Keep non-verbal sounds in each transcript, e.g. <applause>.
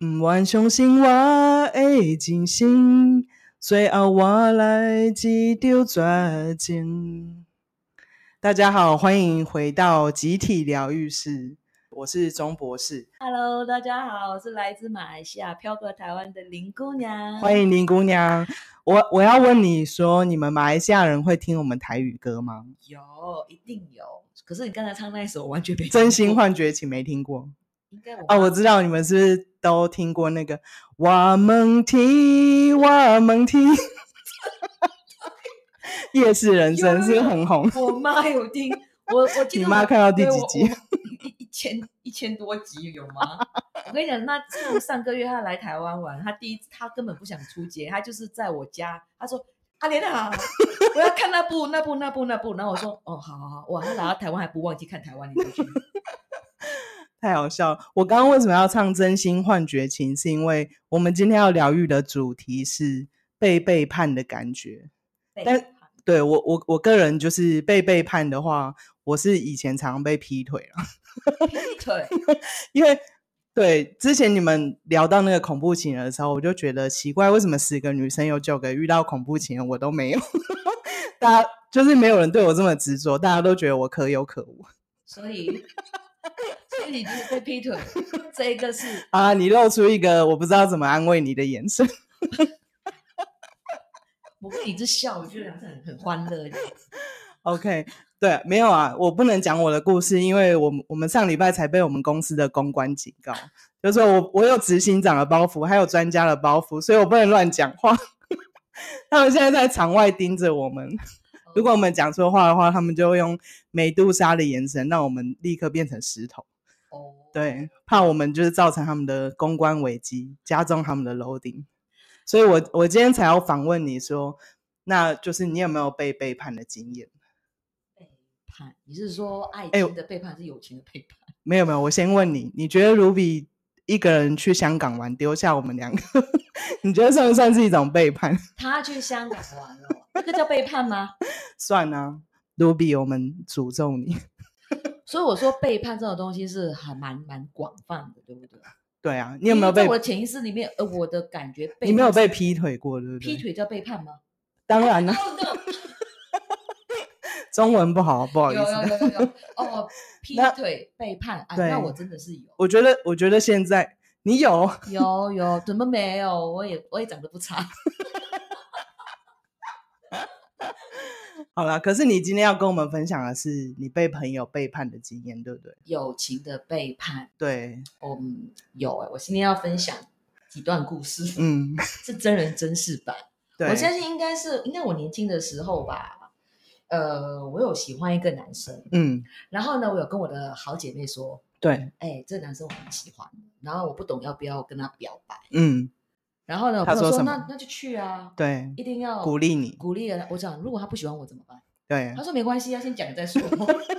毋愿相信我的真心，最后我来一丢绝情。大家好，欢迎回到集体疗愈室，我是钟博士， Hello，大家好，我是来自马来西亚漂泊台湾的林姑娘。欢迎林姑娘。我我要问你说，你们马来西亚人会听我们台语歌吗？有，一定有。可是你刚才唱那一首，我完全没听真心过。换绝情没听过应该我哦，我知道你们是不是都听过那个我们听我们听， <laughs> 夜市人生是不是很红。我妈有听，我我记你得妈我看到第对几我集我一一一千一千多集有吗？ <laughs> 我跟你讲，那上上个月她来台湾玩，她第一她根本不想出街，她就是在我家，她说。阿莲啊，我要看那部那部那部那部，然后我说哦，好好好，哇，她来到台湾还不忘记看台湾的剧，太好笑了！我刚刚为什么要唱《真心换绝情》？是因为我们今天要疗愈的主题是被背叛的感觉。但对我，我我个人就是被背叛的话，我是以前常被劈腿了， <laughs> 劈腿，因为对之前你们聊到那个恐怖情人的时候，我就觉得奇怪，为什么十个女生有九个遇到恐怖情人，我都没有？ <laughs> 大家就是没有人对我这么执着，大家都觉得我可有可无所以，所以你就是被劈腿，这一个是啊！你露出一个我不知道怎么安慰你的眼神。我跟你是笑，我觉得很很欢乐。 OK，对，没有啊，我不能讲我的故事，因为我们我们上礼拜才被我们公司的公关警告，就是我我有执行长的包袱，还有专家的包袱，所以我不能乱讲话。 <laughs> 他们现在在场外盯着我们，如果我们讲错话的话，他们就会用美杜莎的眼神让我们立刻变成石头，哦，对，怕我们就是造成他们的公关危机，加重他们的楼顶。所以我我今天才要访问你说，那就是你有没有被背叛的经验？背叛，你是说爱哎情的背叛还是友情的背叛？ <laughs> 没有没有，我先问你，你觉得卢比一个人去香港玩，丢下我们两个， <laughs> 你觉得算不算是一种背叛？ <laughs> 他去香港玩了、哦，这个叫背叛吗？算啊，卢比，我们诅咒你。所以我说背叛这种东西是还蛮蛮广泛的，对不对？对啊，你有没有因为在被我的潜意识里面，呃，我的感觉背你没有叛被是劈腿过，对不对？劈腿叫背叛吗？当然 <laughs> 了、哦中文不好，不好，no，意有有思。有有有哦，劈那腿背叛，啊，对那我真的是有。我觉得，我觉得现在你有，有有，怎么没有？我也我也长得不差。 <laughs> 好啦，可是你今天要跟我们分享的是你被朋友背叛的经验，对不对？友情的背叛，对，嗯，有哎、我今天要分享几段故事，嗯， <laughs> 是真人真事版。对我，相信应该是应该我年轻的时候吧，呃，我有喜欢一个男生，嗯，然后呢，我有跟我的好姐妹说，对，哎，这个男生我很喜欢，然后我不懂要不要跟他表白，嗯，然后呢，我她朋友说说什么那那就去啊，对，一定要鼓励你，鼓励啊了。我讲如果他不喜欢我怎么办？对他，说没关系啊，先讲了再说。 <laughs>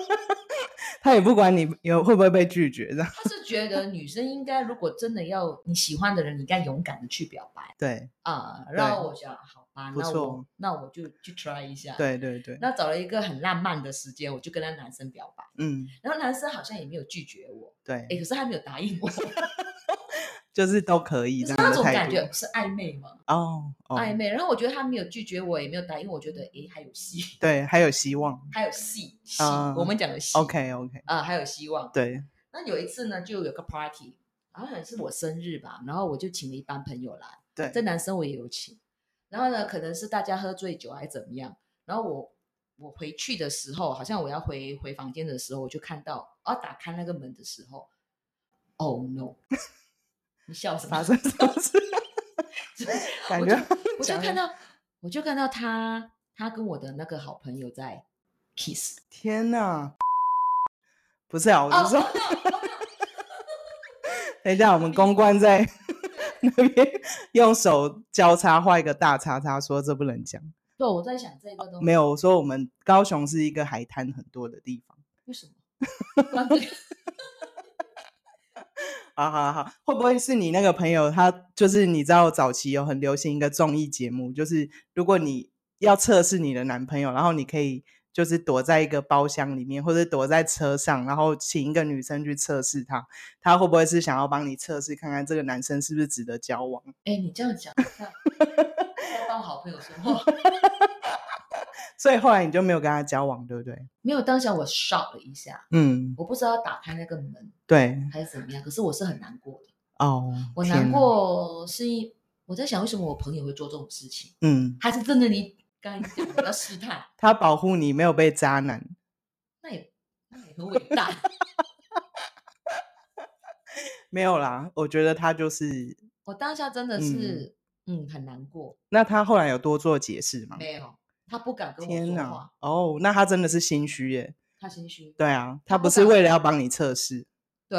他也不管你有会不会被拒绝的，他是觉得女生应该，如果真的要你喜欢的人，你应该勇敢的去表白 <laughs> 对，啊。然后我想，好吧，不那错我那我就去 try 一下。，对对对，那找了一个很浪漫的时间，我就跟那男生表白，嗯，然后男生好像也没有拒绝我，哎，对，可是他没有答应我，就是都可以就这是样那的种态感度觉哎是暧昧嘛，哦哦，暧昧。然后我觉得他没有拒绝我，也没有答应我，我觉得哎还有戏，对，还有希望。还有戏戏啊，我们讲的戏 OK OK，啊，还有希望。对，那有一次呢，就有个 party，好像是我生日吧，然后我就请了一帮朋友来，对这男生我也有请，然后呢，可能是大家喝醉酒还是怎么样，然后我我回去的时候，好像我要回回房间的时候，我就看到，我要打开那个门的时候，Oh no！你笑什么发？生什么事？ <laughs> 感觉我就讲看到，我就看到他，他跟我的那个好朋友在 kiss，天哪！不是啊，我哦是说， <laughs> 等一下，我们公关在那边用手交叉画一个大叉叉，说这不能讲。对，我在想这个东西没有，我说我们高雄是一个海滩很多的地方。为什么关这个。好好好，会不会是你那个朋友？他就是你知道，早期有很流行一个综艺节目，就是如果你要测试你的男朋友，然后你可以就是躲在一个包厢里面，或者躲在车上，然后请一个女生去测试他，他会不会是想要帮你测试看看这个男生是不是值得交往？哎、你这样讲，我 <laughs> 看要当好朋友说话。所以后来你就没有跟他交往，对不对？没有，当下我 shock 了一下，嗯，我不知道打开那个门对，还是怎么样，可是我是很难过的。哦，我天难哪，过是因我在想，为什么我朋友会做这种事情？嗯，他是真的你刚才讲的要试探，他保护你没有被渣男，那也那也很伟大。 <laughs> 没有啦，我觉得他就是。我当下真的是嗯很难过，那他后来有多做解释吗？没有，他不敢跟我天说哪话，！哦，那他真的是心虚耶。他心虚。对啊，他他不不是敢为了要帮你测试，对，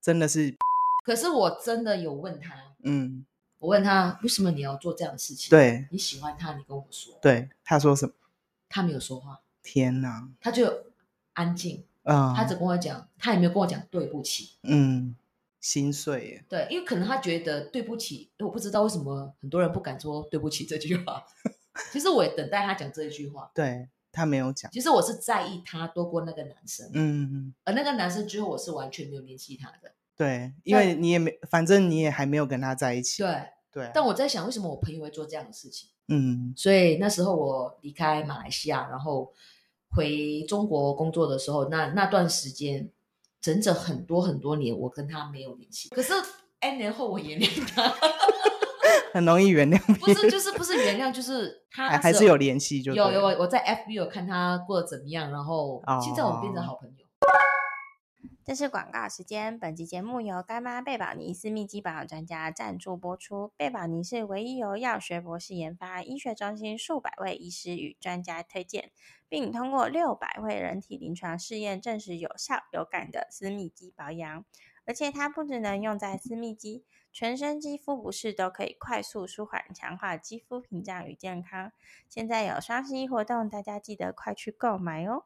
真的是，可是我真的有问他，嗯，我问他为什么你要做这样的事情？，对你喜欢他，你跟我说。对。他说什么？他没有说话，天哪！他就安静，啊、他只跟我讲，他也没有跟我讲对不起。嗯，心碎耶。对，因为可能他觉得对不起，我不知道为什么很多人不敢说对不起这句话。 <laughs> 其实我也等待他讲这一句话。对他没有讲，其实我是在意他多过那个男生，嗯，而那个男生之后我是完全没有联系他的。对，因那为你也没，反正你也还没有跟他在一起。对，对啊，但我在想为什么我朋友会做这样的事情，嗯所以那时候我离开马来西亚，然后回中国工作的时候，那那段时间整整很多很多年，我跟他没有联系。可是 N 年后我原谅他，很容易原谅 <laughs> 不别是人，就是不是原谅，就是他还那还时是候有联系就有对有了我我在 FB 有看他过得怎么样，然后现在我们变成哦好朋友。这是广告时间。本集节目由干妈贝宝妮私密肌保养专家赞助播出。贝宝妮是唯一由药学博士研发，医学中心数百位医师与专家推荐，并通过六百位人体临床试验证实有效有感的私密肌保养。而且它不只能用在私密肌，全身肌肤不适都可以快速舒缓，强化肌肤屏障与健康。现在有双十一活动，大家记得快去购买哦！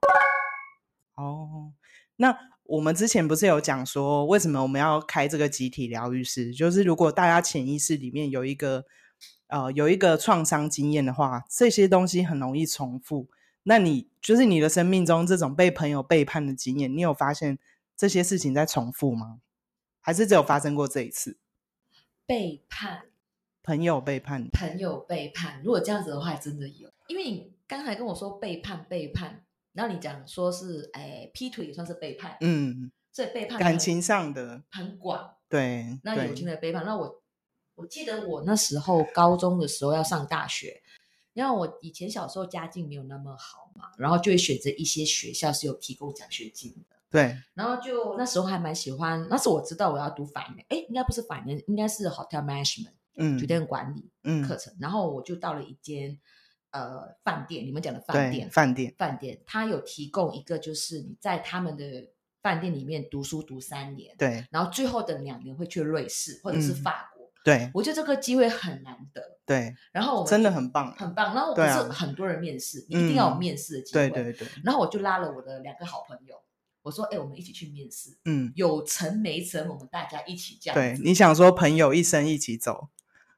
哦，那我们之前不是有讲说，为什么我们要开这个集体疗愈师？就是如果大家潜意识里面有一个呃有一个创伤经验的话，这些东西很容易重复。那你就是你的生命中这种被朋友背叛的经验，你有发现这些事情在重复吗？还是只有发生过这一次背叛朋友背叛？朋友背叛，如果这样子的话，还真的有。因为你刚才跟我说背叛背叛，然后你讲说是哎劈腿也算是背叛，，嗯，所以背叛感很情上的很广，对那友情对，的背叛。那我我记得我那时候高中的时候要上大学，因为我以前小时候家境没有那么好嘛，然后就会选择一些学校是有提供奖学金的。对，然后就那时候还蛮喜欢，那时候我知道我要读法律，哎，应该不是法律，应该是 hotel management 嗯酒店管理。课嗯，程，然后我就到了一间呃饭店，你们讲的饭对店，，饭店，饭店，它有提供一个就是你在他们的饭店里面读书读三年，对然后最后的两年会去瑞士或者是嗯法国，对我觉得这个机会很难得，对，然后我们真的就很棒，很棒，然后我对们啊是很多人面试，你一定要有嗯面试的机会，对对对，然后我就拉了我的两个好朋友，我说，哎，我们一起去面试，嗯，有成没成，我们大家一起这样对，子你想说朋友一生一起走，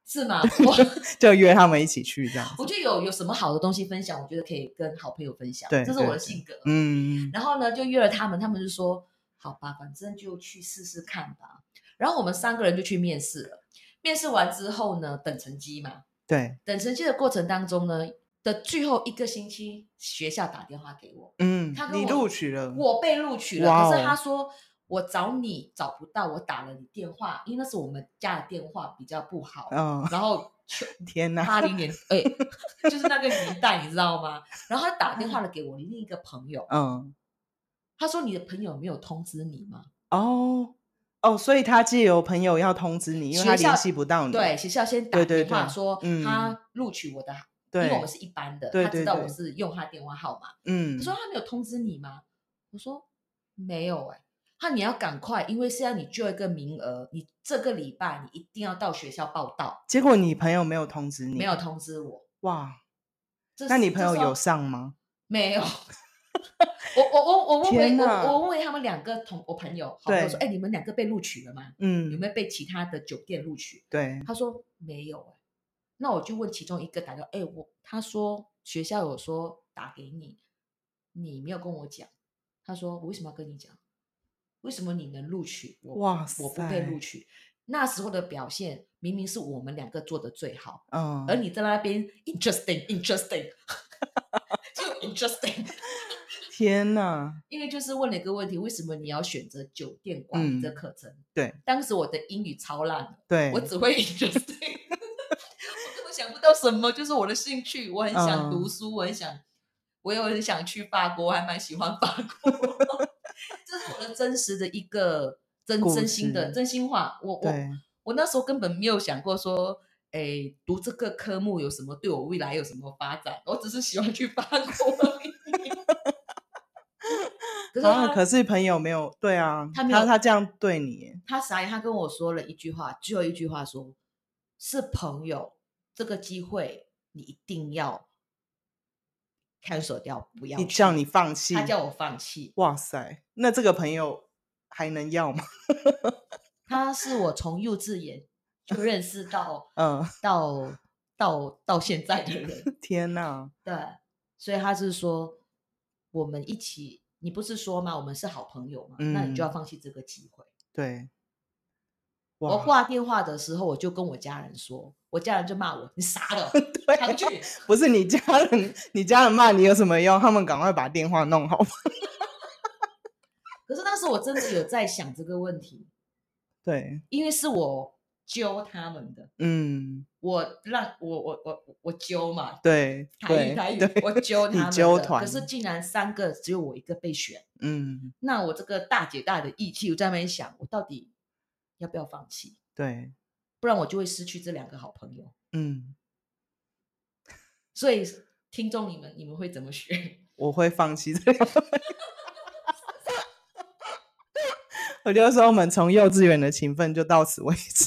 是 <laughs> 吗？我。就约他们一起去这样子。我觉得有有什么好的东西分享，我觉得可以跟好朋友分享，对这是我对的对性格。嗯，然后呢，就约了他们，他们就说好吧，反正就去试试看吧。然后我们三个人就去面试了。面试完之后呢，等成绩嘛，对，等成绩的过程当中呢，的最后一个星期，学校打电话给我，嗯他，跟你我录取了，我被录取哇了，哦可是他说。我找你找不到，我打了你电话，因为那时候我们家的电话比较不好，嗯，然后 <laughs> 就天哪，八零年，哎、 <laughs> 就是那个年代，你知道吗？然后他打电话了给我另一个朋友，嗯，他说你的朋友没有通知你吗？哦哦，所以他借由朋友要通知你，因为学他校联系不到你，对，学校先嗯打对对电话对说嗯他录取我的，因为我对们，是一班的，对他对知道我对是用他电话号码。嗯他，说他没有通知你吗？我说没有哎、他你要赶快，因为现在你就有一个名额，你这个礼拜你一定要到学校报到。结果你朋友没有通知你，没有通知我，哇，这那是你这朋友时候有上吗？没有。 <laughs> 我我我我问天回哪我我问回他们两个同我朋友，好朋友说，对哎、你们两个被录取了吗？有嗯没，有被其他的酒店录取？对，他说没有、哎，那我就问其中一个打电话，哎、我他说学校有说打给你，你没有跟我讲。他说我为什么要跟你讲？为什么你能录取我？哇我不被塞录取。那时候的表现明明是我们两个做的最好，嗯而，你在那边 interesting interesting，就 interesting，天哪，因为就是问了一个问题，为什么你要选择酒店管理这嗯课程？对，当时我的英语超烂的，对，我只会 <laughs> interesting，我根本想不到什么，就是我的兴趣，我很想读嗯书，我很想，我也很想去法国，我还蛮喜欢法国，这是我的真实的一个真故真心的事真心话，我我对我那时候根本没有想过说，哎，读这个科目有什么对我未来有什么发展，我只是喜欢去法国而 <laughs> 已。可是啊，他可是朋友没有，对啊，他他没有他这样对你耶，他傻眼，他跟我说了一句话，只有一句话说，是朋友，这个机会你一定要 cancel 掉，不要你去叫你放弃，他叫我放弃。哇塞，那这个朋友还能要吗？ <laughs> 他是我从幼稚园就认识到嗯，到到到现在的 <laughs> 人，天哪，对，所以他是说我们一起，你不是说吗？我们是好朋友嘛，那你就要嗯放弃这个机会。对，我哇，挂电话的时候，我就跟我家人说，我家人就骂我，你傻的， <laughs> 常去。不是你家人，你家人骂你有什么用？他们赶快把电话弄好吧。 <laughs> 可是当时我真的有在想这个问题，对，因为是我揪他们的，嗯，我让我我我我揪嘛，对，台对语台，语对，我揪他你们的，揪可团是竟然三个只有我一个被选，嗯，那我这个大姐大的义气，我在那边想，我到底要不要放弃？对，不然我就会失去这两个好朋友。嗯，所以听众你们你们会怎么选？ <laughs> 我会放弃这个。 <laughs> 我就说，我们从幼稚园的情分就到此为止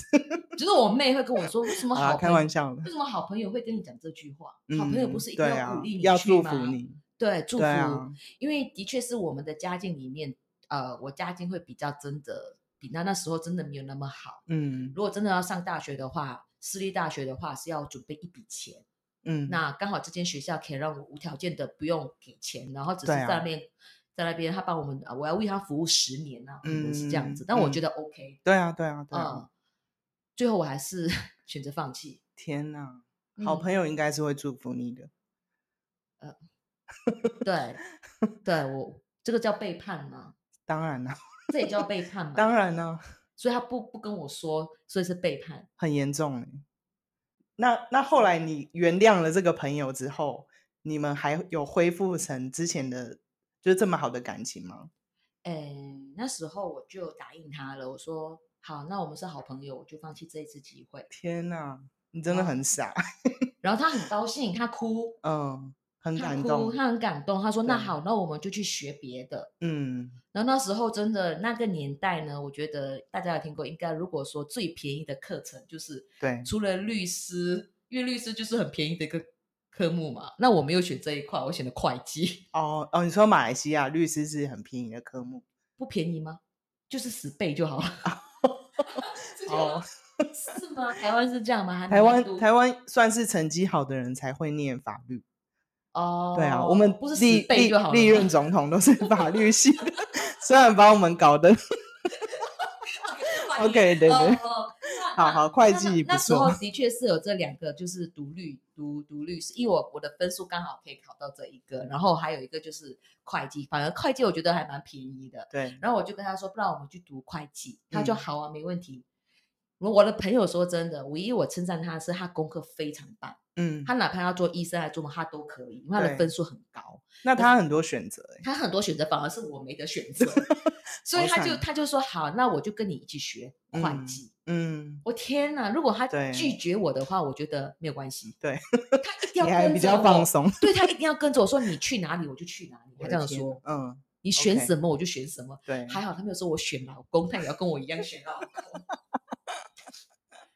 就是我妹会跟我说，为什么好啊，朋友、开玩笑的为。什么好朋友会跟你讲这句话？嗯，好朋友不是一定对要啊鼓励你要去祝吗福你，对，祝福。对啊，因为的确是我们的家境里面，呃，我家境会比较真的比那那时候真的没有那么好。嗯如果真的要上大学的话，私立大学的话是要准备一笔钱，嗯，那刚好这间学校可以让我无条件的不用给钱，然后只是对在啊那边、在那边他帮我们，呃我要为他服务十年啊，可能是这样子。嗯但我嗯觉得 OK，对啊，对啊，对啊，嗯，最后我还是 <laughs> 选择放弃。天哪，好嗯朋友应该是会祝福你的，嗯对，对我这个叫背叛嘛，当然 <laughs> 啦，这也叫背叛嘛。当然啦，所以他不不跟我说，所以是背叛。很严重欸那那后来你原谅了这个朋友之后，你们还有恢复成之前的就是这么好的感情吗？诶，那时候我就答应他了，我说好，那我们是好朋友，我就放弃这一次机会。天哪，你真的哇很傻，然后他很高兴，他哭，嗯，很他感哭，动，他很感动。他说那对好，那我们就去学别的。嗯，然后那时候真的那个年代呢，我觉得大家有听过，应该如果说最便宜的课程就是对，除了律师，因为律师就是很便宜的一个科目嘛。那我没有选这一块，我选的会计，哦哦，你说马来西亚律师是很便宜的科目，不便宜吗？就是十倍就好了。 <laughs> 是这样哦吗，是吗？台湾是这样吗？还台湾蛮多台湾算是成绩好的人才会念法律，哦，对啊，我们不是历十倍就好了吗。历历任总统都 <laughs> 是法律系的，虽然把我们搞得 <laughs> OK，对对哦哦那 <laughs> 好那好会那计那不那时候错的确是有这两个，就是读律读读律师，因为我我的分数刚好可以考到这一个，然后还有一个就是会计，反而会计我觉得还蛮便宜的。对，然后我就跟他说，不然我们去读会计，他就嗯好啊，没问题。我我的朋友说真的，唯一我称赞他是他功课非常棒，嗯，他哪怕要做医生还是做什么他都可以，因为他的对分数很高。那他很多选择欸，他很多选择，反而是我没得选 <laughs> 择，所以好他就惨啊他就说好，那我就跟你一起学会嗯计。嗯，我天哪！如果他对拒绝我的话，我觉得没有关系。对， <laughs> 他一定你要还跟比着较放我，松，对他一定要跟着我说你去哪里我就去哪里，我他这的样天说。嗯，你选 OK 什么我就选什么。对，还好他没有说我选老公，他也要跟我一样选老公。 <laughs>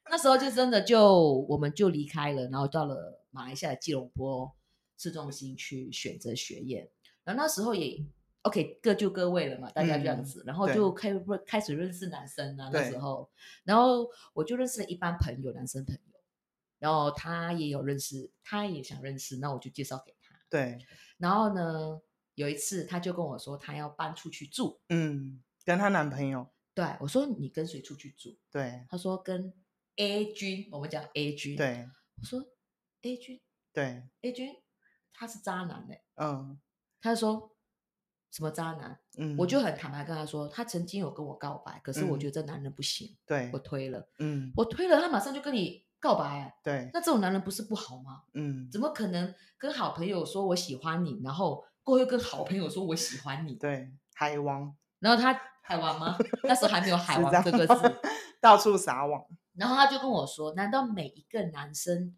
那时候就真的就我们就离开了，然后到了马来西亚的吉隆坡市中心去选择学业。然后那时候也 OK 各就各位了嘛，大家这样嗯子，然后对就开认开始认识男生啊。那时对候，然后我就认识了一般朋友，男生朋友，然后他也有认识，他也想认识，那我就介绍给他。对，然后呢，有一次她就跟我说她要搬出去住，嗯，跟她男朋友，对我说你跟谁出去住？对她说跟 A 君，我们讲 A 君，，对我说 A 君对， A 君他是渣男呢、嗯她说什么渣男？嗯，我就很坦白跟她说，他曾经有跟我告白，可是我嗯觉得这男人不行，对我，推了，嗯我推了，他马上就跟你告白、欸，对，那这种男人不是不好吗？嗯怎么可能跟好朋友说我喜欢你，然后过后又跟好朋友说我喜欢你？对，海王然后他海王吗？那时候还没有 <laughs> 海是王这这个样字。到处撒网，然后他就跟我说：“难道每一个男生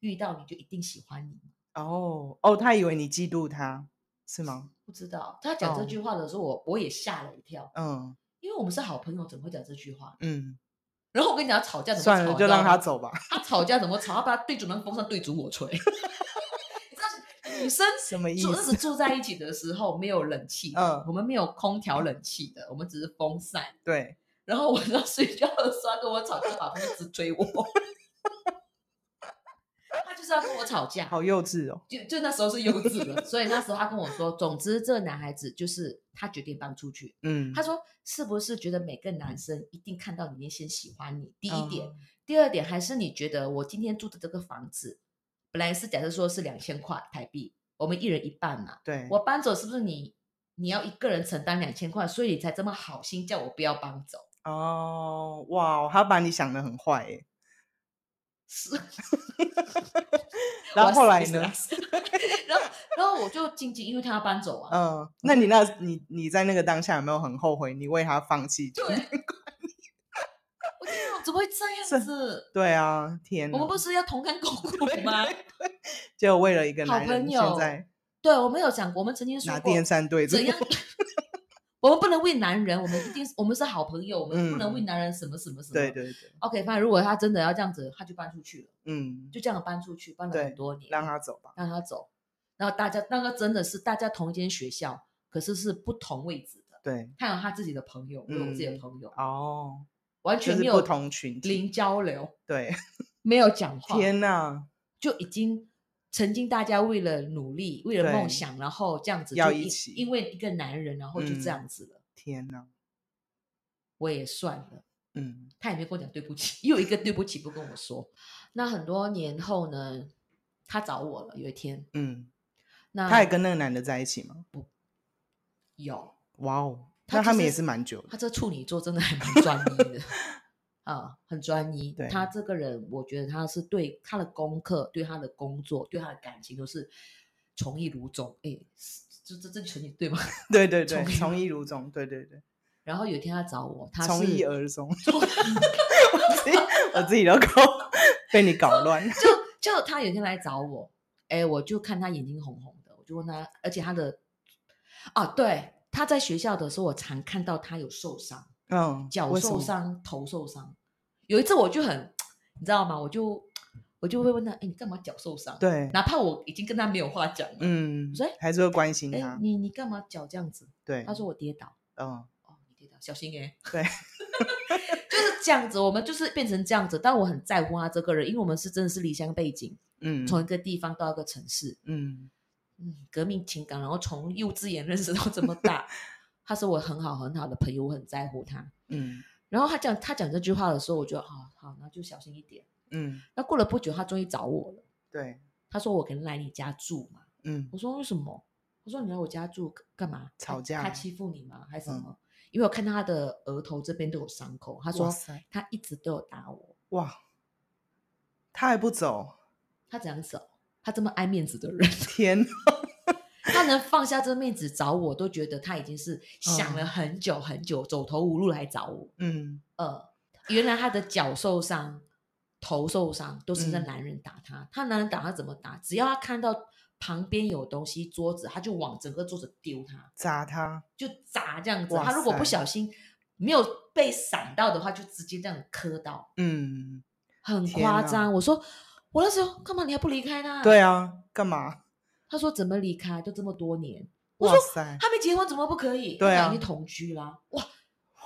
遇到你就一定喜欢你吗哦哦，他以为你嫉妒他是吗？？”不知道。他讲这哦句话的时候，我我也吓了一跳，嗯因为我们是好朋友，怎么会讲这句话？嗯，然后我跟你讲吵架怎么吵算你知道了，吗，就让他走吧。他吵架怎么吵？他把他对准那个风扇对准我吹。 <laughs> 你知道女生 <laughs> 什么意住那思时住在一起的时候没有冷气的，嗯我们没有空调冷气的，我们只是风扇。对，然后我要睡觉的时候他跟我吵架，把风一直追我， <laughs> 他就是要跟我吵架。好幼稚哦。就就那时候是幼稚 <laughs> 的，所以那时候他跟我说，总之这个男孩子就是他决定搬出去。嗯，他说是不是觉得每个男生一定看到你先喜欢你？第一点，嗯第二点还是你觉得我今天住的这个房子，本来是假设说是两千块台币，我们一人一半嘛，对，我搬走是不是你你要一个人承担两千块，所以你才这么好心叫我不要搬走？ <laughs> 哦，哇，他把你想的很坏耶。 <laughs> 是，然后后来我要死呢？ <laughs> 然后然后我就静静，因为他要搬走啊。嗯，那你那你你在那个当下有没有很后悔你为他放弃？对，我天啊，怎么会这嗯是样子？ <laughs> 对啊，天哪！我们不是要同甘共苦吗？就为了一个好男人，朋现友在对，我们有讲过，我们曾经说拿过电扇对着怎样。 <laughs> 我们不能为男人，我们一定是我们是好朋友，我们不能为嗯男人什么什么什么。对对对， OK，反正如果他真的要这样子，他就搬出去了，嗯，就这样搬出去，搬了对很多年，让他走吧。让他走。然后大家那个真的是大家同一间学校，可是是不同位置的。对，他有他自己的朋友，我有我自己的嗯朋友，哦，完就全是没有不同群体零交流，对，没有讲话，天哪，就已经曾经大家为了努力，为了梦对想，然后这样子要就一因起嗯因为一个男人，然后就这样子了。天哪，我也算了。嗯他也没跟我讲对不起，又一个对不起不跟我说。那很多年后呢，他找我了，有一天，嗯，那他也跟那个男的在一起吗？有哇哦，他那就他们也是是蛮久的。 <laughs> 他这处女座真的还蛮专一的，啊，很专一对。他这个人，我觉得他是对他的功课、对他的工作、对他的感情都是从一如终。哎，这这这成语对吗？对对对，从一从一如终，对对对，然后有一天他找我，他从是一而终。 <laughs> 我自己我自己都搞 <laughs> 被你搞乱。就 <laughs> 就他有一天来找我，哎，我就看他眼睛红红的，我就问他，而且他的啊，对，他在学校的时候，我常看到他有受伤，嗯，脚为什受么，伤，头受伤。有一次我就很，你知道吗？我就我就会问他，哎，你干嘛脚受伤？，对，哪怕我已经跟他没有话讲了，嗯啊所以，还是会关心哎、他。你你干嘛脚这样子？对，他说我跌倒，嗯，哦，你跌倒，小心哎、对， <laughs> 就是这样子，我们就是变成这样子。但我很在乎他这个人，因为我们是真的是离乡背景，嗯，从一个地方到一个城市，嗯嗯，革命情感，然后从幼稚园认识到这么大，他是我很好很好的朋友，我很在乎他。嗯然后他讲他讲这句话的时候，我就啊好，那就小心一点。嗯，那过了不久，他终于找我了，对，他说我可能来你家住嘛，嗯我说为什么？我说你来我家住干干嘛？他吵架嗯他欺负你吗？还是什么？因为我看到他的额头这边都有伤口，他说哇塞他一直都有打我，哇，他还不走，他怎样走？他这么爱面子的人， <laughs> 天哪，他能放下这面子找我，都觉得他已经是想了嗯很久很久，走投无路来找我。嗯呃，原来他的脚受伤、头受伤都是那嗯男人打他。他男人打他怎么打？只要他看到旁边有东西，桌子他就往整个桌子丢他，砸他，就砸这样子。哇他如果不塞小心没有被闪到的话，就直接这样磕到，嗯，很天夸哪张。我说我那时候干嘛你还不离开他？对，啊，干嘛？他说怎么离开？都这么多年，我哇说塞，还没结婚怎么不可以？对他俩啊已经同居啦。哇，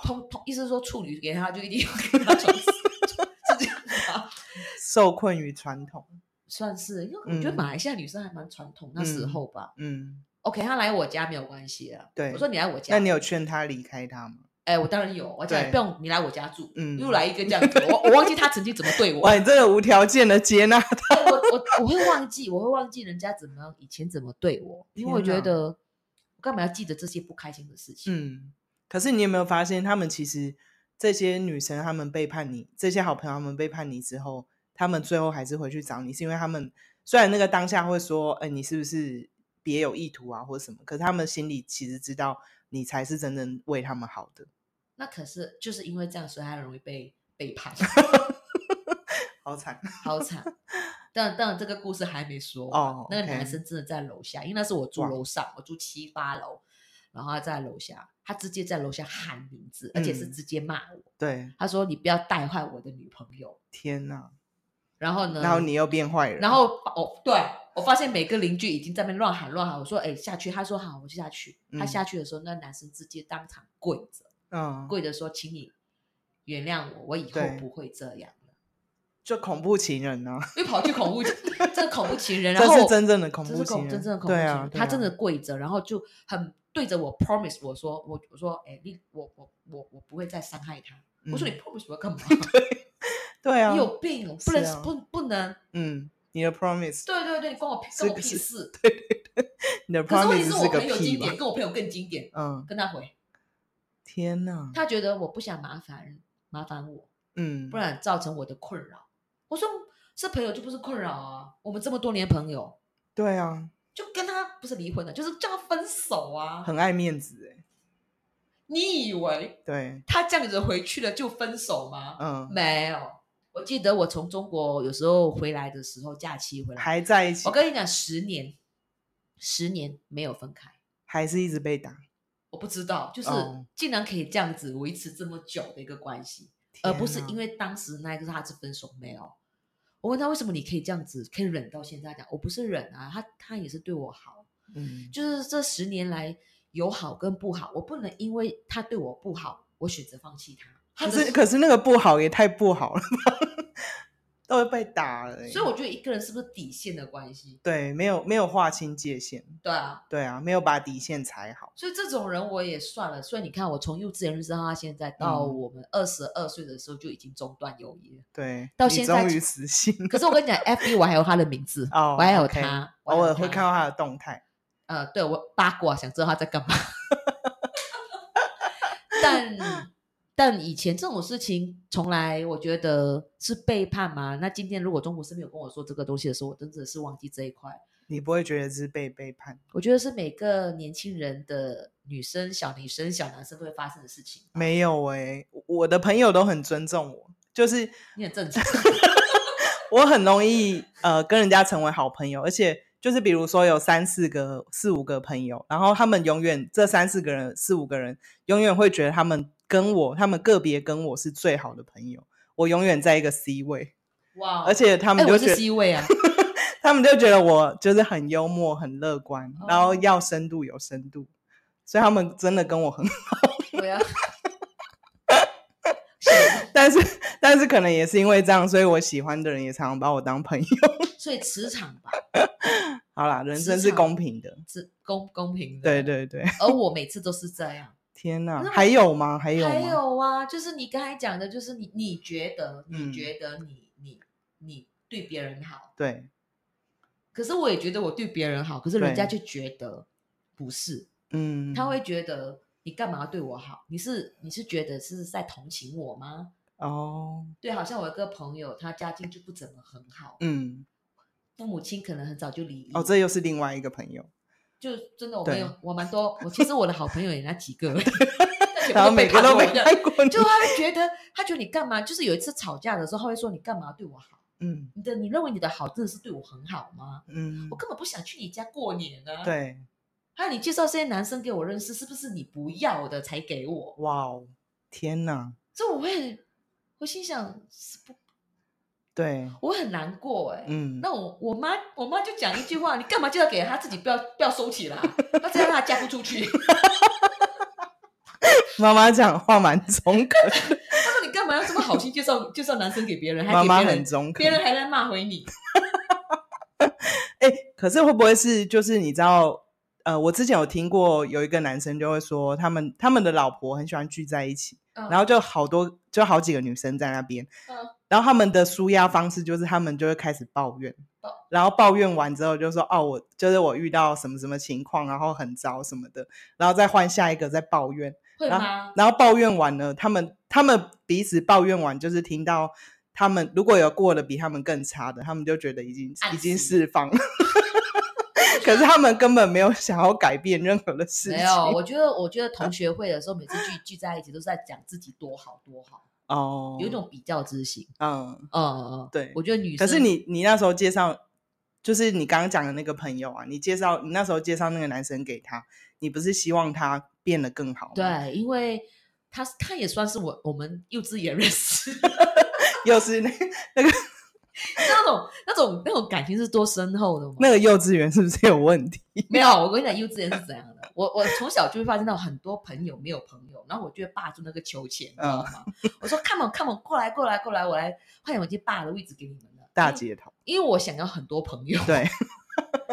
同同意思是说处女给他就一定要给他 <laughs> 床是这样子吗？ <laughs> 受困于传统，算是，因为我觉得嗯马来西亚女生还蛮传统，那时嗯候吧，嗯 OK，他来我家没有关系了。对我说你来我家，那你有劝他离开他吗？哎，我当然有，我讲对不用你来我家住，嗯又来一个这样 <laughs> 子，我我忘记他曾经怎么对我，哇，你这个无条件的接纳，哎我我我会忘记，我会忘记人家怎么样以前怎么对我，因为我天觉哪得我干嘛要记得这些不开心的事情？嗯。可是你有没有发现，他们其实这些女生，她们背叛你，这些好朋友她们背叛你之后，她们最后还是回去找你，是因为她们虽然那个当下会说，哎、你是不是别有意图啊，或者什么，可是她们心里其实知道你才是真正为她们好的。那可是就是因为这样，所以他容易被背 <laughs> 叛，好惨，好惨。但但这个故事还没说完哦那个 OK 男生真的在楼下，因为那是我住哇楼上，我住七八楼，然后他在楼下，他直接在楼下喊名字，而且是嗯直接骂我。对，他说：“你不要带坏我的女朋友。天哪！”然后呢？然后你又变坏人，嗯然后把我对我发现每个邻居已经在那边乱喊乱喊，我说哎下去，他说好，我就下去。他嗯下去的时候，那男生直接当场跪着，嗯，跪着说：“请你原谅我，我以后对不会这样了。就恐怖情人呢、啊，又跑 <laughs> 去恐怖情，这个恐怖情人，然这后是真正的恐这怖是情恐人，真正的恐怖情对人，啊，对他啊真的跪着，然后就很对着我 promise 我说我我说哎你我我我我不会再伤害他。我说嗯你 promise <laughs> 我干嘛？对啊，你有病，哦不是啊能不不能，嗯，你的 promise，对对对，你关我屁是关我个屁是事。你的可是问题 promise 是我个朋友屁经吧典，？跟我朋友更经典，嗯，跟他回，天哪，他觉得我不想麻烦麻烦我，嗯，不然造成我的困扰。我说是朋友就不是困扰啊，我们这么多年朋友，对啊，就跟他不是离婚了，就是叫他分手啊。很爱面子哎，你以为对，他这样子回去了就分手吗？嗯，没有，我记得我从中国有时候回来的时候，假期回来，还在一起我，跟你讲，十年，十年没有分开。还是一直被打，我不知道，就是哦竟然可以这样子维持这么久的一个关系，而呃不是因为为当时那一个他是分手没有。我问他为什么你可以这样子，可以忍到现在讲，我不是忍啊，他他也是对我好，嗯，就是这十年来有好跟不好，我不能因为他对我不好，我选择放弃他。他可只是可是那个不好也太不好了吧， <laughs> 都会被打了欸，所以我觉得一个人是不是底线的关系？对没有没有划清界限，对啊，对啊，没有把底线踩好，所以这种人我也算了。所以你看，我从幼稚园认识到他现在，到嗯我们二十二岁的时候就已经中断友谊了。对，到你现在终于其死心 <laughs> 了，可是我跟你讲，F B 我还有他的名字，哦我还有 OK 他，我还偶有尔会他看到他的动态，呃，对我八卦，想知道他在干嘛。 <laughs> 但但以前这种事情，从来我觉得是背叛嘛。那今天如果中国是没有跟我说这个东西的时候，我真的是忘记这一块。你不会觉得是被背叛。我觉得是每个年轻人的女生、小女生、小男生都会发生的事情，没有哎、我的朋友都很尊重我，就是你很正常。我很容易呃跟人家成为好朋友，而且就是比如说有三四个、四五个朋友，然后他们永远这三四个人、四五个人永远会觉得他们跟我，他们个别跟我是最好的朋友，我永远在一个 C 位，哇，而且他哎、们就我觉是得、 C 位啊，他们就觉得我就是很幽默、很乐观，然后哦要深度有深度，所以他们真的跟我很我要。 <laughs> 但是，但是可能也是因为这样，所以我喜欢的人也常常把我当朋友。所以磁场吧，好啦，人职生是场公平的。是公公平的。对。对对， <laughs> 而我每次都是这样。天哪可是，我还有吗？还有吗？还有啊，就是你刚才讲的，就是你你觉得嗯你觉得你、你你对别人好，对，可是我也觉得我对别人好，可是人对家就觉得不是，嗯，他会觉得你干嘛对我好？你是你是觉得是在同情我吗？哦，对，好像我有个朋友，他家境就不怎么很好，嗯，父母亲可能很早就离异。哦，这又是另外一个朋友，就真的我对没有，我蛮多，我其实我的好朋友也那几 <laughs> 个而已，然后每个都没没看过你就，他会觉得，他觉得你干嘛？就是有一次吵架的时候，他会说你干嘛对我好？嗯你的你认为你的好真的是对我很好吗？嗯我，根本不想去你家过年啊！，对，还有你介绍这些男生给我认识，是不是你不要的才给我？哇哦，天哪，所以我会，我心想是不，对，我会很难过哎、嗯，那我我妈我妈就讲一句话，你干嘛就要给他自己不要不要收起来，他这样他嫁不出去。 <laughs> 妈妈讲话蛮中肯，他说你干嘛要这么好心介绍介绍男生给别人，还妈给妈别很人，中肯别。人还在骂回你。哎，可是会不会是就是你知道？呃，我之前有听过有一个男生就会说，他们他们的老婆很喜欢聚在一起，嗯然后就好多就好几个女生在那边，嗯然后他们的舒压方式就是他们就会开始抱怨抱，然后抱怨完之后就说哦，我就是我遇到什么什么情况，然后很糟什么的，然后再换下一个再抱怨，会然吗？然后抱怨完了，他们他们彼此抱怨完，就是听到他们如果有过得比他们更差的，他们就觉得已经暗已经示释 <laughs> 放了。可是他们根本没有想要改变任何的事情。没有，我觉得我觉得同学会的时候，每次聚聚在一起都是在讲自己多好多好，哦，有一种比较之心。嗯，嗯嗯，嗯对我觉得女可生是你你那时候介绍，就是你刚刚讲的那个朋友啊，你介绍你那时候介绍那个男生给他，你不是希望他变得更好吗？，对，因为他他也算是我我们幼稚园认识，又是那 <laughs> 那种那种那种感情是多深厚的嘛？那个幼稚园是不是有问题？ <laughs> 没有，我跟你讲，幼稚园是怎样的？我我从小就会发现到很多朋友没有朋友，然后我就会霸住那个球钱，你知嗯道吗？ <laughs> 我说 come on come on，过来过来过来，我来，快点，我已经霸了位置给你们了。大因为，姐头，因为我想要很多朋友，对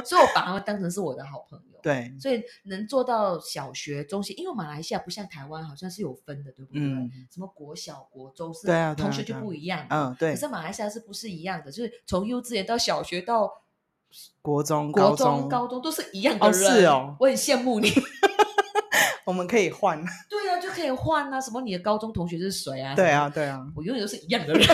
所以我把他们当成是我的好朋友。对，所以能做到小学、中学，因为马来西亚不像台湾，好像是有分的，对不对？嗯什么国小、国中是对啊对啊同学就对啊不一样。嗯可对，是马来西亚是不是一样的？就是从幼稚园到小学到国中、国高中、中、高中都是一样的哦人。是哦我很羡慕你。 <laughs> 我们可以换。对啊，就可以换啊，什么你的高中同学是谁啊？对什啊，么，对啊， <laughs> 我永远都是一样的人。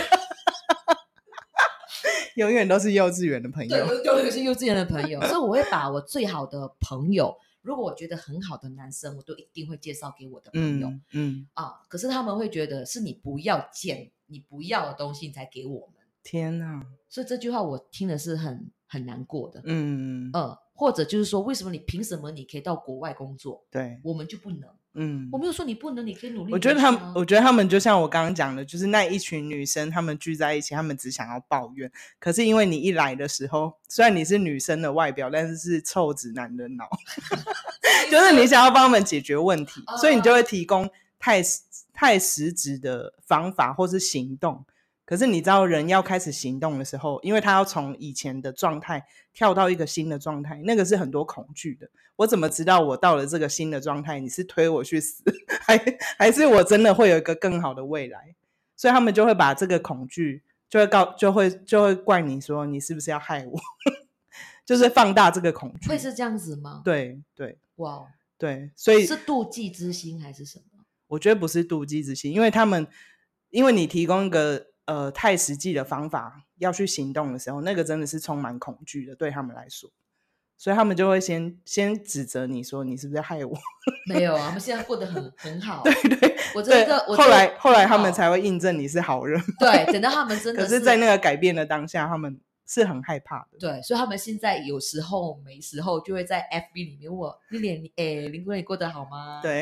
永远都是幼稚园的朋对，友。我永远是幼稚园的朋友，所以我会把我最好的朋友，如果我觉得很好的男生，我都一定会介绍给我的朋友。嗯嗯，啊，可是他们会觉得是你不要见你不要的东西，你才给我们。天啊哪，所以这句话我听的是很很难过的。嗯，呃，或者就是说，为什么你凭什么你可以到国外工作，对，我们就不能？嗯我，没有说你不能，你可以努力我努力觉去啊。得他们，我觉得他们就像我刚刚讲的，就是那一群女生，她们聚在一起，她们只想要抱怨。可是因为你一来的时候，虽然你是女生的外表，但是是臭直男的 <laughs> 脑，就是你想要帮他们解决问题，所以你就哦会提供太实太实质的方法或是行动。可是你知道，人要开始行动的时候，因为他要从以前的状态跳到一个新的状态，那个是很多恐惧的。我怎么知道我到了这个新的状态？你是推我去死，还还是我真的会有一个更好的未来？所以他们就会把这个恐惧，就会告，就会就会怪你说你是不是要害我， <laughs> 就是放大这个恐惧会。是这样子吗？，对对哇哦，对，所以是妒忌之心还是什么？我觉得不是妒忌之心，因为他们，因为你提供一个呃太实际的方法要去行动的时候，那个真的是充满恐惧的，对他们来说，所以他们就会先先指责你说你是不是在害我？ <laughs> 没有啊，我们现在过得很很好。对对我对这个，，我后这个来后来他们好才会印证你是好人，对，等到他们真的可是，在那个改变的当下，他们是很害怕的。对，所以他们现在有时候没时候就会在 FB 里面问我：“丽莲，你哎，林哥，你过得好吗？，对，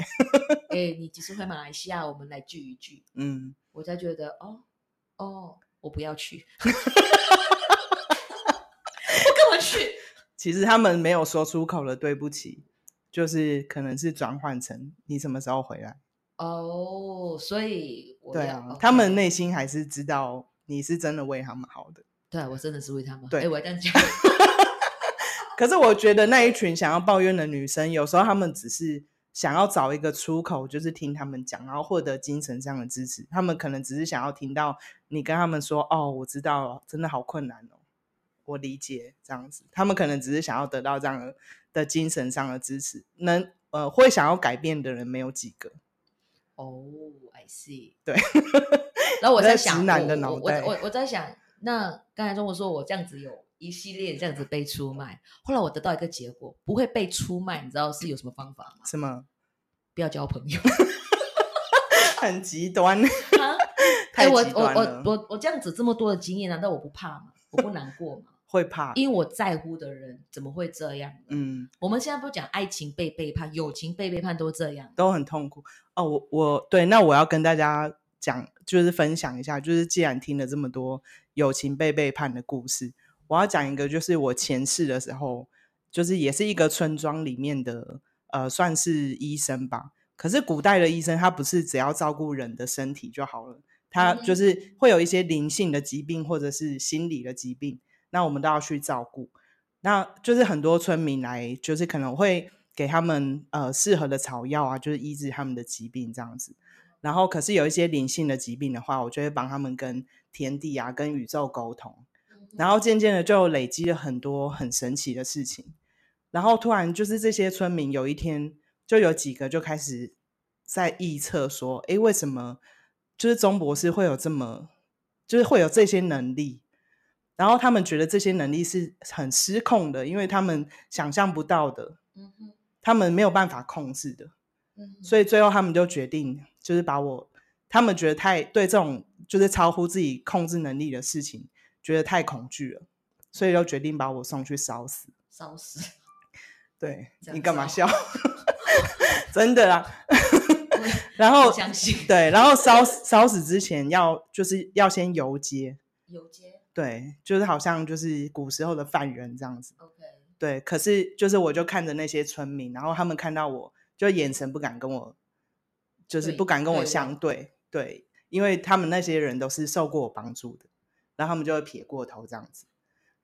哎，你几时回马来西亚？我们来聚一聚。 <laughs> 嗯，”我才觉得，哦，哦，我不要去， <laughs> 我干嘛去？其实他们没有说出口的对不起，就是可能是转换成你什么时候回来。哦，所以我对要哦啊，OK，他们内心还是知道你是真的为他们好的。对啊我真的是为他们好，对哎，我要这样讲，可是我觉得那一群想要抱怨的女生，有时候她们只是想要找一个出口，就是听他们讲，然后获得精神上的支持。她们可能只是想要听到你跟他们说：“哦，我知道了，真的好困难哦，我理解。”这样子，她们可能只是想要得到这样的的精神上的支持。能呃，会想要改变的人没有几个。哦，I see，对。然后我在在想，直男的脑我我袋我我我在想，那刚才中国说我这样子有一系列这样子被出卖，后来我得到一个结果，不会被出卖，你知道是有什么方法吗？什么不要交朋友。 <laughs> <laughs> 很极端，啊哎，太我极我端了我，我我这样子这么多的经验，难道我不怕吗？我不难过吗？ <laughs> 会怕。因为我在乎的人怎么会这样？嗯，我们现在不讲爱情被背叛，友情被背叛都这样。都很痛苦哦。我我对，那我要跟大家讲，就是分享一下，就是既然听了这么多友情被背叛的故事，我要讲一个，就是我前世的时候，就是也是一个村庄里面的呃，算是医生吧。可是古代的医生，他不是只要照顾人的身体就好了，他嗯哼就是会有一些灵性的疾病或者是心理的疾病，那我们都要去照顾。那就是很多村民来，就是可能会给他们呃适合的草药啊，就是医治他们的疾病这样子。然后，可是有一些灵性的疾病的话，我就会帮他们跟天地啊、跟宇宙沟通。然后渐渐的就累积了很多很神奇的事情。然后突然就是这些村民有一天就有几个就开始在臆测说：“诶，为什么就是钟博士会有这么，就是会有这些能力？”然后他们觉得这些能力是很失控的，因为他们想象不到的，嗯哼，他们没有办法控制的。嗯哼，所以最后他们就决定，就是把我他们觉得太对这种就是超乎自己控制能力的事情，觉得太恐惧了，所以就决定把我送去烧死。烧死。 <laughs> 对这你样干嘛烧笑？ <laughs> 真的啦。然不后相信对，然后烧死烧死之前要就是要先游街，有接对，就是好像就是古时候的犯人这样子。 OK，对，可是就是我就看着那些村民，然后他们看到我就眼神不敢跟我，就是对不敢跟我对相对，对，因为他们那些人都是受过我帮助的，然后他们就会撇过头这样子，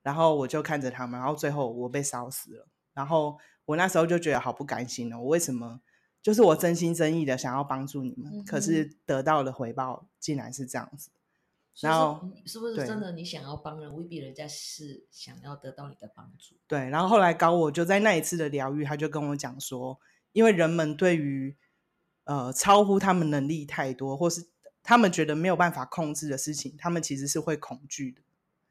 然后我就看着他们，然后最后我被烧死了，然后我那时候就觉得好不甘心哦，我为什么就是我真心真意的想要帮助你们，可嗯是得到的回报竟然是这样子，所以然是后你是不是对真的你想要帮人，未必人家是想要得到你的帮助？对，然后后来高我就在那一次的疗愈，他就跟我讲说，因为人们对于呃超乎他们能力太多，或是他们觉得没有办法控制的事情，他们其实是会恐惧的，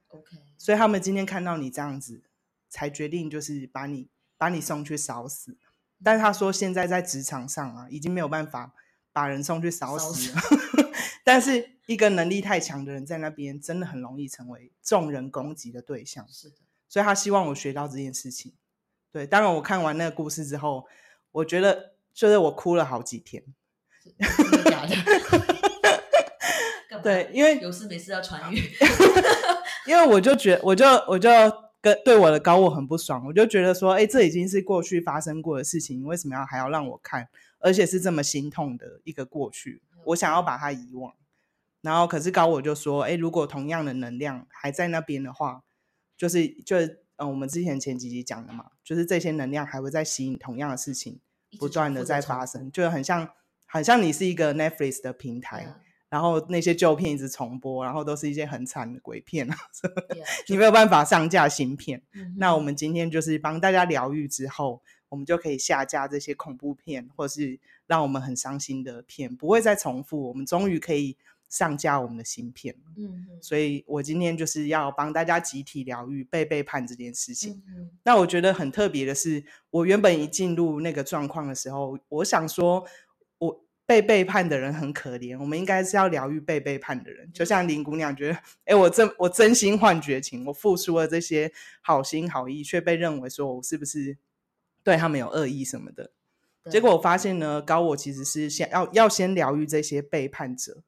OK，所以他们今天看到你这样子，才决定就是把你把你送去烧死。但是他说现在在职场上啊，已经没有办法把人送去烧烧死死了， <laughs> 但是一个能力太强的人在那边，真的很容易成为众人攻击的对象。是的，所以他希望我学到这件事情。对，当然我看完那个故事之后，我觉得就是我哭了好几天。是 <laughs> 真的假的？干嘛对，因为有事没事要穿 <laughs> 越，因为我就觉我就我就跟对我的高我很不爽，我就觉得说，哎，这已经是过去发生过的事情，你为什么要还要让我看？而且是这么心痛的一个过去，我想要把它遗忘。然后可是高我就说，哎，如果同样的能量还在那边的话，就是就是呃，我们之前前几集讲的嘛，就是这些能量还会再吸引同样的事情，一直不断的重复在重发复生，就很像很像你是一个 Netflix 的平台，啊然后那些旧片一直重播，然后都是一些很惨的鬼片啊， <laughs> 什么 Yeah, yeah，你没有办法上架新片。嗯哼 <laughs> 那我们今天就是帮大家疗愈之后，我们就可以下架这些恐怖片，或是让我们很伤心的片，不会再重复。我们终于可以上架我们的新片了。嗯哼所以我今天就是要帮大家集体疗愈被背叛这件事情。嗯哼那我觉得很特别的是，我原本一进入那个状况的时候，我想说，我被背叛的人很可怜，我们应该是要疗愈被背叛的人。就像林姑娘觉得，哎，我真我真心换绝情，我付出了这些好心好意，却被认为说我是不是对他们有恶意什么的。对结果我发现呢，高我其实是先要要先疗愈这些背叛者。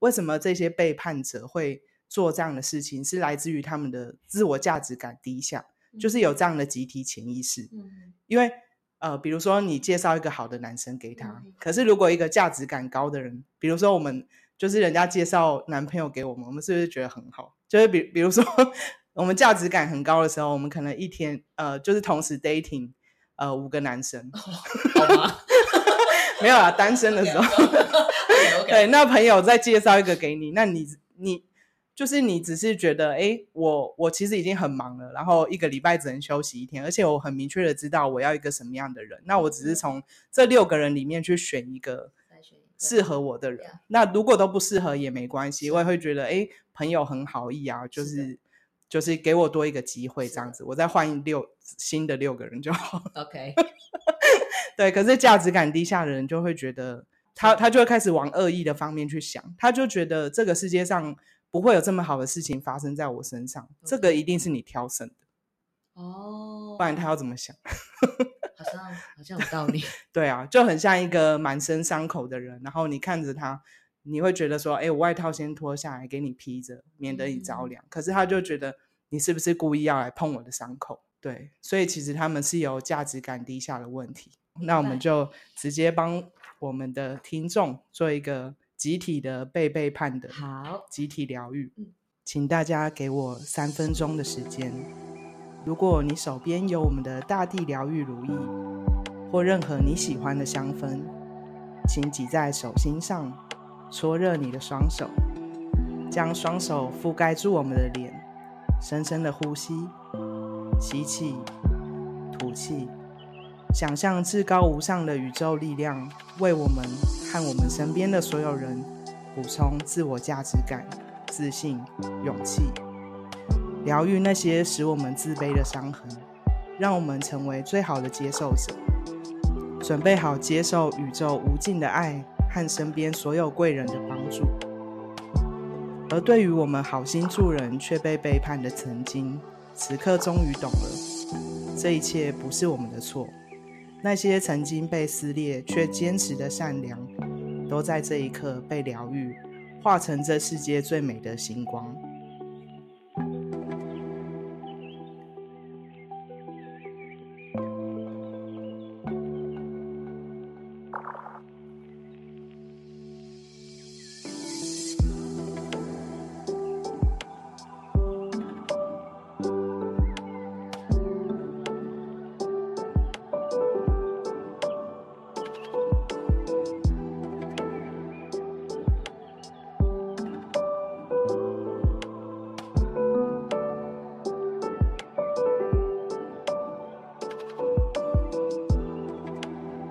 为什么这些背叛者会做这样的事情？是来自于他们的自我价值感低下，就是有这样的集体潜意识。 <laughs> 嗯因为呃，比如说你介绍一个好的男生给他嗯，可是如果一个价值感高的人，比如说我们就是人家介绍男朋友给我们，我们是不是觉得很好？就是比比如说 <laughs> 我们价值感很高的时候，我们可能一天呃就是同时 dating 呃五个男哦生，好 <laughs> 吧，没有啦，单身的时候。<laughs> OK，对，那朋友再介绍一个给你，那你你就是你只是觉得，哎，我我其实已经很忙了，然后一个礼拜只能休息一天，而且我很明确的知道我要一个什么样的人，那我只是从这六个人里面去选一个适合我的人 Yeah.。那如果都不适合也没关系，是我也会觉得，哎，朋友很好意啊，就是的是。就是给我多一个机会，是这样的子，我再换六新的六个人就好。 <laughs> OK，对，可是价值感低下的人就会觉得他是他就会开始往恶意的方面去想，他就觉得这个世界上不会有这么好的事情发生在我身上，这个一定是你挑剩的，哦，不然他要怎么想？好像好像有道理，对啊，就很像一个满身伤口的人，然后你看着他，你会觉得说，哎，我外套先脱下来给你披着，免得你着嗯凉。可是他就觉得你是不是故意要来碰我的伤口？对，所以其实他们是有价值感低下的问题。那我白们就直接帮我们的听众做一个集体的被背叛的好，集体疗愈嗯。请大家给我三分钟的时间。如果你手边有我们的大地疗愈如意，或任何你喜欢的香氛，请挤在手心上，搓热你的双手，将双手覆盖住我们的脸，深深的呼吸，吸气，吐气，想象至高无上的宇宙力量为我们和我们身边的所有人补充自我价值感、自信、勇气。疗愈那些使我们自卑的伤痕，让我们成为最好的接受者。准备好接受宇宙无尽的爱和身边所有贵人的帮助。而对于我们好心助人却被背叛的曾经，此刻终于懂了，这一切不是我们的错。那些曾经被撕裂却坚持的善良，都在这一刻被疗愈，化成这世界最美的星光。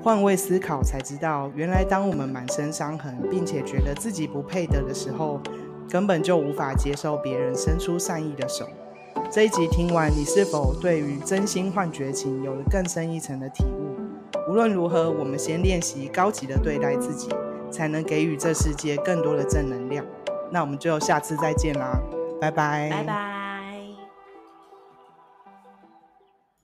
换位思考，才知道原来当我们满身伤痕，并且觉得自己不配得的时候，根本就无法接受别人伸出善意的手。这一集听完，你是否对于真心换绝情有了更深一层的体悟？无论如何，我们先练习高级的对待自己，才能给予这世界更多的正能量。那我们就下次再见啦，拜拜，拜拜。